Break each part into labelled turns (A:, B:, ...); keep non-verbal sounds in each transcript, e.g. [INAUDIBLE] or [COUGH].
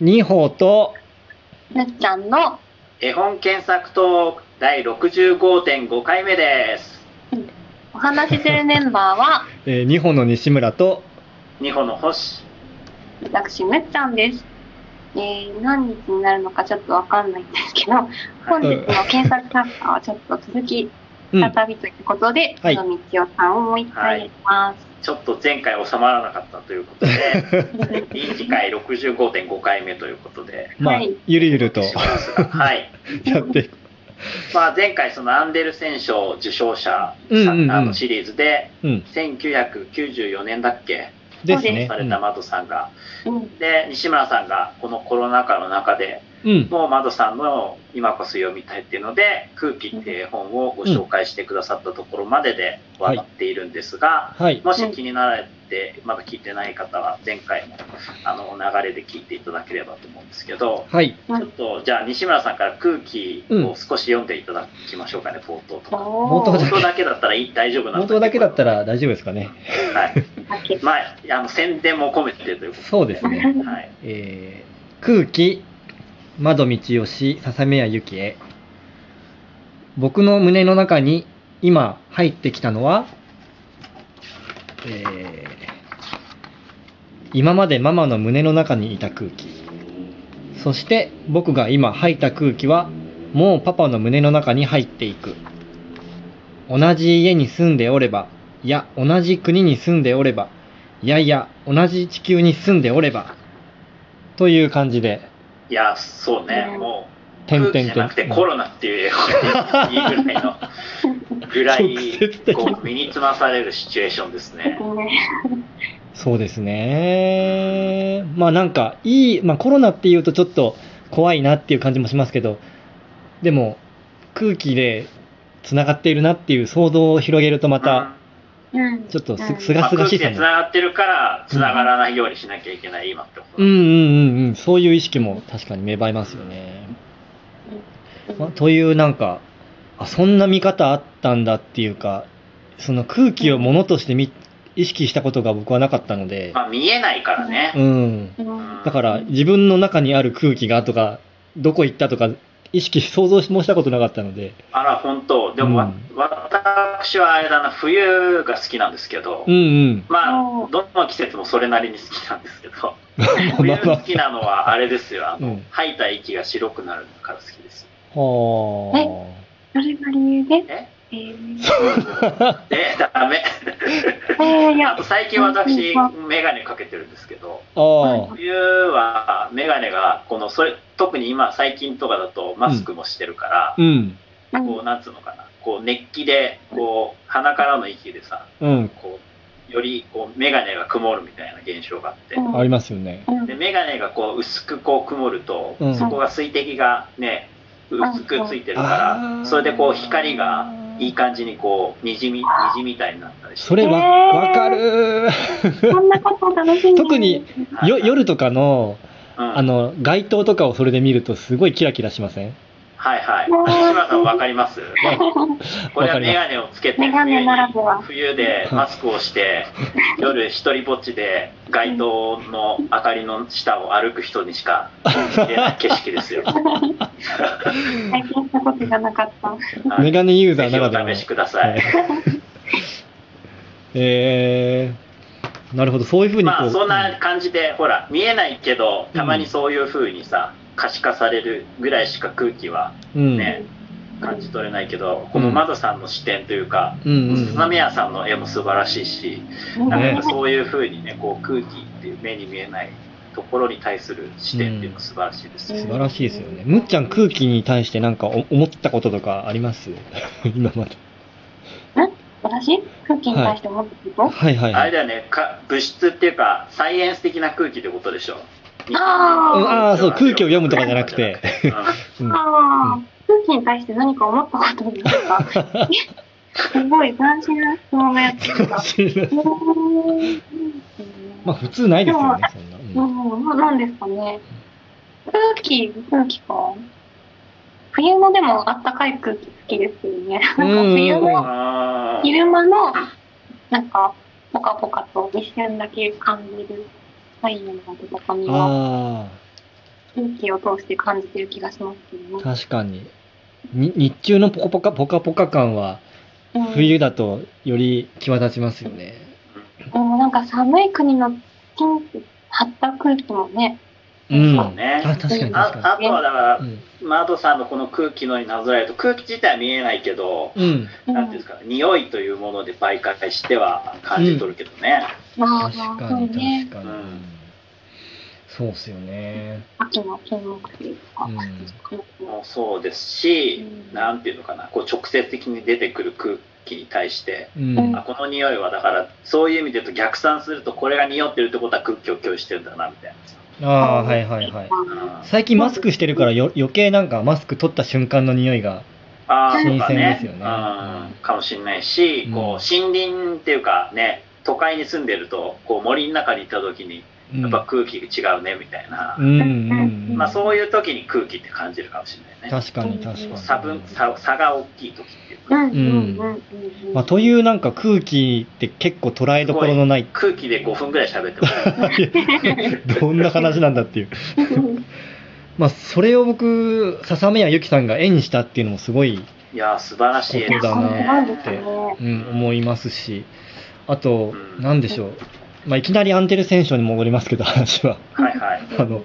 A: 二歩と
B: むっちゃんの
C: 絵本検索トーク第65.5回目です。
B: お話しするメンバーは、
A: えー二歩の西村と
C: 二歩の星。
B: 私、むっちゃんです。えー、何日になるのかちょっとわかんないんですけど、本日の検索タッカーはちょっと続き、
A: うん
B: 再びということで、
A: はい
B: 野道夫さんをもう一回やります。
C: ちょっと前回収まらなかったということで、
A: [LAUGHS]
C: 臨時会65.5回目ということで。
A: まあ
B: はい
A: ゆるゆると
C: します
A: [LAUGHS]
C: がはい。
A: やっていく
C: まあ前回そのアンデルセン賞受賞者
A: うん
C: さ
A: うんうん
C: あのシリーズで、
A: うん
C: 1994年だっけ
A: ですね
C: されたマドさんが。
B: うん、
C: で、西村さんがこのコロナ禍の中で、
A: うんうん
C: もうマドさんの今こそ読みたいっていうので、空気っていう本をご紹介してくださったところまでで終わっているんですが、
A: はい
C: もし気になられて、まだ聞いてない方は、前回もあの流れで聞いていただければと思うんですけど、
A: はい
C: ちょっとじゃあ、西村さんから空気を少し読んでいただきましょうかね、冒頭とか。
B: お
A: 本当
C: 冒
A: だ
C: 頭だけだったらいい大丈夫なん
A: 冒頭だけだった
C: ら。
A: ら大丈夫ですかね
C: はい。
B: だけ
C: まあ、あの宣伝も込めてというこ
A: そうですね、
C: とで。はい。
A: えー空気窓道義笹目屋ゆきへ僕の胸の中に今入ってきたのは、えー今までママの胸の中にいた空気そして僕が今吐いた空気はもうパパの胸の中に入っていく同じ家に住んでおればいや同じ国に住んでおればいやいや同じ地球に住んでおればという感じで
C: いや、そうね、もう、
A: 点々
C: 空
A: 点
C: 気じゃなくてコロナっていう英語でいいぐら
B: [LAUGHS]
C: いの。ぐら
A: 直接的
C: いこう身につまされるシチュエーションですね。
B: ね、
A: そうですねまあなんかいい、まあ、コロナっていうとちょっと怖いなっていう感じもしますけどでも空気でつながっているなっていう想像を広げるとまた
B: うん、
A: ちょっとす
B: うん
A: す
C: ま
A: が
C: あ
A: す
C: 空
A: がし
C: 気
A: さ
C: でつ
A: も
C: ながってるから、つながらないようにしなきゃいけない、今ってこと
A: うんう
C: だ
A: んうんうんそういう意識も確かに芽生えますよね、まあというなんかあそんな見方あったんだっていうかその空気をものとしてみ意識したことが僕はなかったので、
C: まあ、見えないから
A: う
C: ね。
A: ん、
B: うん
A: だから自分の中にある空気がとかどこ行ったとか意識想像もしたことなかったので
C: あら、本当。でもわ、
A: うん
C: 私はあれだな、冬が好きなんですけど、
A: うんうん
C: ま
B: う
C: あ、
B: ん
C: どの季節もそれなりに好きなんですけど、冬
A: [LAUGHS] まあま
C: 好きなのはあれですよ、あ
A: う
C: の
A: ん、
C: 吐いた息が白くなるから好きです。
A: あは
B: それが理由で、
C: え
B: えー、
C: [LAUGHS] え、ダメ。
B: えー、い
C: あ
B: や
C: と、、最近私、メガネかけてるんですけど、
A: ああ
C: 冬はメガネがこのそれ特に今最近とかだとマスクもしてるか
A: ーうん
B: う
C: ら、
B: ん
C: こうなんつうのかなこう熱気でこう鼻からの息でさ
A: うん
C: こうよりこうメガネが曇るみたいな現象があって、
B: うん
A: ありますよね
B: うん
C: でメガネがこう薄くこう曇ると、
A: うん
C: そこが水滴がね薄くついてるから、
A: あー
C: それでこう光がいい感じにこう虹み虹みたいになったりして
A: それわ
B: えー
A: わかる
B: そんなこと楽しみ
A: 特にーよ夜とかの
C: うん
A: あの街灯とかをそれで見るとすごいキラキラしませ
C: [LAUGHS]
A: ん
C: はいはい。西村さんわか
A: [LAUGHS]
C: りますこれはメガネをつけて
B: メガネならでは
C: 冬でマスクをして、夜一人ぼっちで街灯の明かりの下を歩く人にしか見れない景色です
A: [LAUGHS]
C: よ。
B: 体験したことがなかった。
C: はい
A: メガネユーザー
C: ぜひ
A: ならでは
C: お試しください。
A: えー、なるほどそういうふうにこう、
C: まあそんな感じで、ほら、見えないけど、たまにそういう風にさ、可視化されるぐらいしか空気は
A: うん、
C: ね、感じ取れないけど、この窓さんの視点というか、
A: うんうん
C: 鈴宮さんの絵も素晴らしいし、なんかそういうふうにね、こう空気っていう目に見えないところに対する視点っていうのは素晴らしいです
A: 素
C: ね。
A: 晴らしいですよねむっちゃん空気に対してなんかお思ったこととかあります [LAUGHS] 今まで
B: 私空気に対して思ってること、
A: はいはい
C: あ
A: は
C: れ
A: い
C: だよねか、物質っていうか、サイエンス的な空気ってことでしょ。
B: あ
A: うんああそう空気を読むとか
C: 空
A: じ
C: 気
A: ゃな
C: を読
A: く
C: むとかじゃ
A: て
C: な
A: [LAUGHS]
C: くて。うん
A: うん
B: ああ、空気に対して何か思ったことですかすごい斬新な質問がやってきた。
A: まあ普通ないですよねそんな、
B: う
A: うん
B: ん、ななんですかね。空気、空気か。冬のでもあったかい空気好きですよね。なんか冬の
C: あー
B: 昼間の、なんか、ポカポカと一瞬だけ感じる太陽のとこに
A: あ
B: は風景を通して感じてる気がしますけどね。
A: 確かにに日中のポカポカポカポカ感は
B: うん
A: 冬だとより際立ちますよね、
B: でもなんか寒い国のピンって張った空気もね、
A: うん
C: そうね
A: あ確かに確
C: あ
A: か
C: あとはだから、
A: にうん
C: マードさんのこの空気のになぞらえると空気自体は見えないけど、
A: うん、
B: うん、
C: なんていうんですか匂いというもので媒介しては感じ取るけどね、
B: まあ
A: 確
B: まあ、
A: か
B: そう
A: に
B: ね、
A: 確かに、
C: うん
A: そうっすよね
B: 秋の金木というか、
A: うん
C: もうそうですし、
B: うん
C: なんていうのかなこう直接的に出てくる空気に対して
A: うん、
B: うん
C: あこの匂いはだからそういう意味で言うと逆算するとこれが匂ってるってことは空気を共有してるんだなみたい
A: ああはいはいはい
C: な、うん、
A: 最近マスクしてるからよ余計なんかマスク取った瞬間の匂いが
C: あー
A: 新鮮
C: そうか
A: ですよね
C: うん、かもしれないし、
A: うん
C: こう森林っていうかね都会に住んでるとこう森の中にいた時に
A: うん
C: やっぱ空気違うねみたいな、
A: うんうんうん
C: まあ、そういう時に空気って感じるかもしれないね
A: 確かに確かに
C: 差分差差が大きい時っていう
B: う
C: か
B: んうんうん
A: う
B: うんんうん。
A: まあ、と
B: う
A: いうなんか空気って結構捉えどころの
C: [LAUGHS]
A: ない
C: 空気で5分ぐらい喋ってもらえる
A: [LAUGHS] どんな話なんだっていう
B: うん。
A: まあそれを僕笹目やゆきさんが絵にしたっていうのもすごい、
C: いやー素晴らしい絵です
A: だな
B: 本当なんです
A: って
B: ね。
A: うん、思いますしあと
C: うん
A: 何でしょう、まあ、いきなりアンテル戦争に戻りますけど話は
C: はいはい
A: [LAUGHS] あの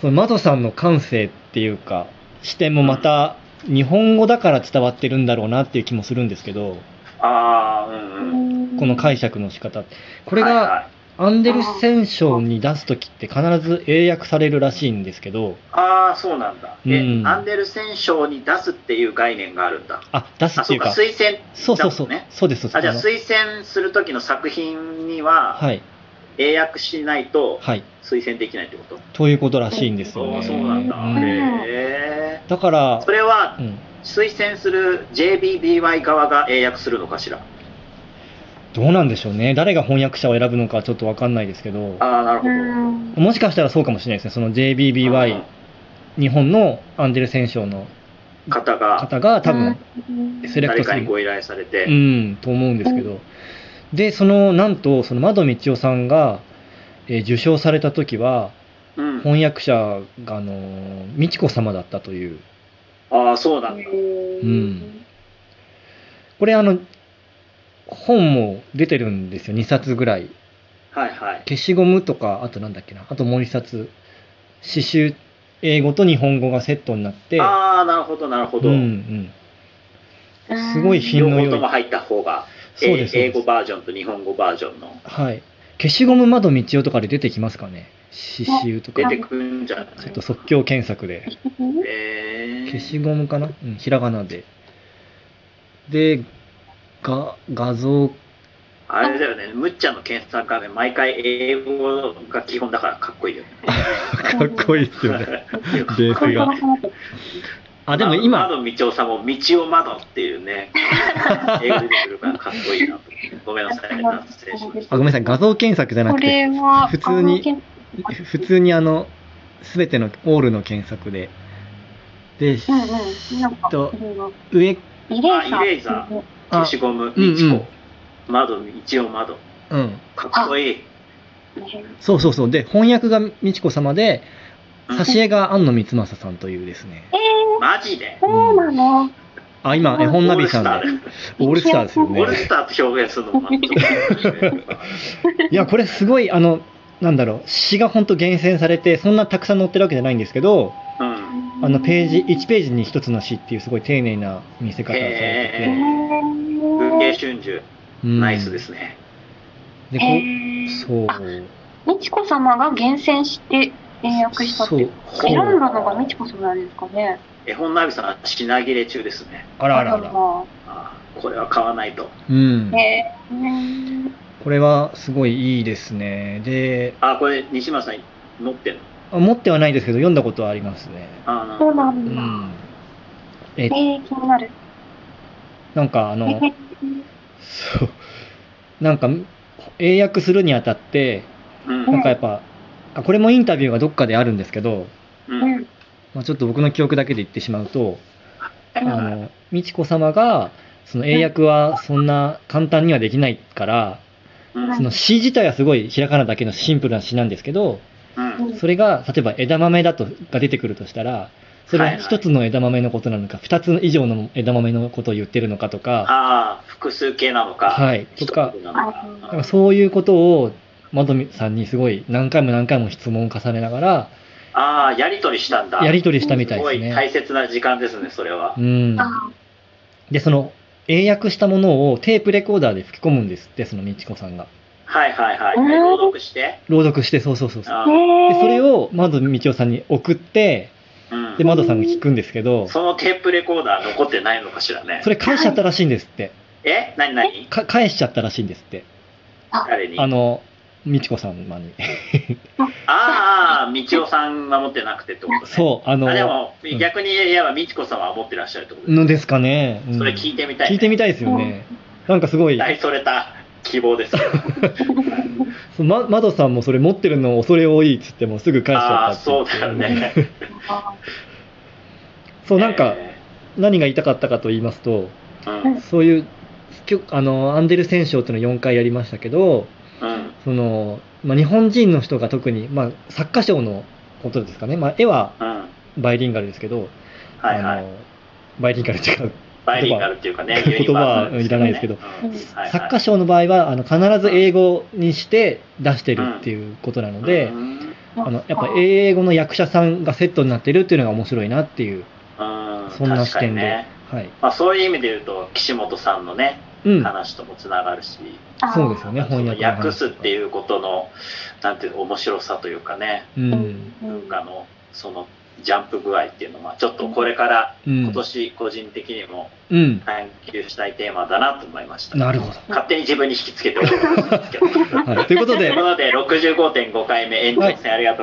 A: その窓さんの感性っていうか視点もまた日本語だから伝わってるんだろうなっていう気もするんですけど
C: ああうんうん
A: この解釈の仕方これがアンデルセン賞に出す時って必ず英訳されるらしいんですけど
C: ああーそうなんだ、え
A: うん
C: アンデルセン賞に出すっていう概念があるんだ
A: あ出す
C: あ
A: って
C: そ
A: いうう
C: か
A: か
C: 推薦
A: そうそう
C: だ
A: そ
C: もん
A: う
C: ね
A: そうですそう
C: あじゃあ
A: です
C: 推薦する時の作品には
A: はい
C: 英訳しないと
A: はい
C: 推薦できないってこと、
A: ということらしいんですよ
C: あ
A: ね
C: あそうなんだ、
A: うん
C: へえ
A: だから
C: それは
A: うん
C: 推薦する JBBY 側が英訳するのかしら
A: どうなんでしょうね誰が翻訳者を選ぶのかちょっとわかんないですけど
C: ああなる
B: う
C: ほど、
B: ん。
A: もしかしたらそうかもしれないですねその JBBY 日本のアンデルセン賞の
C: 方が
A: 方が多分
B: うん
A: セレク
C: 誰
A: トす
C: か
A: る
C: にご依頼されて、
A: うん、と思うんですけど。で、その、なんと、その、窓道夫さんが、えー受賞された時は、
C: うん
A: 翻訳者が、あのー美智子様だったという。
C: ああそうなんだ、
A: んこれ、あの、本も出てるんですよ、2冊ぐらい。
C: はいはい
A: 消しゴムとか、あとなんだっけな、あともう1冊。刺繍、英語と日本語がセットになって、
C: ああなるほどなるほど、
A: うんうん。
B: うん
A: すごい品
C: 両
A: の
C: 方
A: 良
C: と
A: い
C: も。入った方が
A: そうです。
C: え英語
A: そうで
C: バージョンと日本語バージョンの
A: すはい。消しゴム窓道夫とかで出てきますかね刺繍とか
C: 出。てくるんじゃない
A: ちょっと即興検索で。
C: えー
A: 消しゴムかな、うん、ひらがなで。で、が、画像、
C: あれだよねむっちゃんの検索がね毎回英語が基本だからかっこいいよね
A: かっこいいっすよね。ベー
B: 本
A: ス
B: 当
A: が
B: だ。そうなんです
A: あ、でも今、
C: 窓道夫さんも道を窓っていうね英語出てくるからかっこいいなとごめんなさいな失礼しました
A: あ、ごめんなさい、画像検索じゃな
B: こ
A: くて、
B: れは
A: 普通に
B: あのけん
A: 普通にあの、すべてのオールの検索で。で、
B: うんうん。なんか、
A: と
B: うん
A: 上、
B: イレーサー。
C: あイレーサー消
A: あ
C: し、ゴム道
A: うんうん
C: 子、窓道を窓
A: うん。
C: かっこいい
B: ね
A: そうそうそう。で、翻訳が美智子様で、
C: うん
A: 挿絵が安野光政さんというですね。
B: えー、
C: マジで
B: そうなの、
A: あ、今、絵本ナビさんで。オールスターですよ
C: オ
A: ね
C: ー。ルスターと表現するのもちょっと
A: いや、これすごい、あの、なんだろう、詩が本当厳選されて、そんなたくさん載ってるわけじゃないんですけど、 [LAUGHS]
C: うん
A: あのページ、1ページに1つの詩っていうすごい丁寧な見せ方をされ
B: え
A: て
C: へ文芸
B: ー、
C: 春秋
A: て、うん
C: ナイスで。すね
A: で、こ
B: え
A: そう
B: あ。美智子様が厳選して英訳したって
A: そ
B: いうう。選んだのが美智子様なんですかね
C: 絵本ナビさんは品切れ中ですね
A: あらあらあら。
B: ら
C: あーこれは買わないと
A: うん。
B: えー、
A: これはすごいいいですね。で、
C: あーこれ西村さん持ってんの
A: あ持ってはないですけど、読んだことはありますね。
C: あーなる
B: そ
C: ほ
B: う
C: ど
B: な
A: うん
B: だ、
A: ん。
B: えー、気になる
A: なんか、あ
B: え
A: の、
B: ー
A: そう。なんか、英訳するにあたって、
C: うん
A: なんかやっぱ、あこれもインタビューがどっかであるんですけど、
C: うん
B: うん
A: まあ、ちょっと僕の記憶だけで言ってしまうと、
B: う
A: あ
B: ん
A: の美智子様がその英訳はそんな簡単にはできないから
C: うん
A: その詩自体はすごいひらがなだけのシンプルな詩なんですけど
C: うん。
A: それが例えば枝豆だとが出てくるとしたらそれ
C: はい
A: は
C: はい
A: 一つの枝豆のことなのか二つ以上の枝豆のことを言ってるのかとか
C: ああ、複数形なのか。
A: はい
C: 一つ
A: とか
C: なの
B: うん
A: なんかそういうことをまどみさんにすごい何回も何回も質問を重ねながら
C: ああ、やりとりしたんだ。
A: やり取りしたみたいで
C: すご
A: す
C: い
A: ね。
C: 大切な時間ですね、それは
A: う。ん、
B: あ
A: でその英訳したものをテープレコーダーで吹き込むんですってそのみちこさんが
C: はいはいはい。
B: うん
C: 朗読して。
A: 朗読してそうそうそうそう
C: あ
B: ー
C: ー
B: へ
A: で
B: ー
A: それをまどみちおさんに送って
C: うん
A: でまどさんが聞くんですけど
C: そのテープレコーダー残ってないのかしらね
A: そ。れ返しちゃったらしいんですって
C: え何何
A: か返しちゃったらしいんですって
C: 誰に
A: あ
C: あ
A: のみちこさんに
C: あー、道夫さんが持ってなくてってことね。
A: そうあの
C: あでも
A: うん
C: 逆に言えば、美智子さんは持ってらっしゃるってことですね
A: のですかね、うん
C: それ聞いてみたいね、
A: 聞いてみたいですよねなんかすごい
C: 大それた希望ですけど。
A: そままどさんもそれ持ってるの恐れ多いっつってもうすぐ返しち
C: あ
A: ゃ
C: あ
A: ったっ
C: ー、
A: てい
C: そうだよね。
B: あ
A: そうなんか
C: え
A: 何が言いたかったかと言いますと
C: ーうん
A: そういうきょあのアンデルセン賞っていうのを4回やりましたけど
C: うん
A: その、まあ、日本人の人が特に、まあ、作家賞のことですかね、まあ、絵は
C: うん
A: バイリンガルですけど、
C: はい
A: あ
C: はい。
A: のバイリンガルっていうか
C: バイリンガルっていうかね、
A: 言葉
C: ユニバーサル
A: いらないですけど
C: よねうんはいはい
A: 作家賞の場合はあの必ず英語にして出してるっていうことなので、
C: うん
B: ー
A: あのやっぱ英語の役者さんがセットになってるっていうのが面白いなっていう
C: うん
A: そんな視
C: 確か
A: 点
C: に
A: で、
C: ね
A: はい
C: まあ、そういう意味で言うと岸本さんのね、
A: うん、
C: 話ともつながるし、
B: あー
A: そうですよね翻訳の話
C: 訳すっていうことのなんていうの面白さというかね、
A: うん
B: うん
C: あのそのジャンプ具合っていうのはちょっとこれから
A: うん
C: 今年個人的にも
A: うん
C: 探求したいテーマだなと思いました、
A: なるほど、
C: 勝手に自分に引きつけておきますけどという [LAUGHS]
A: はい、ということで
C: ことで65.5回目延長戦ありがとうございました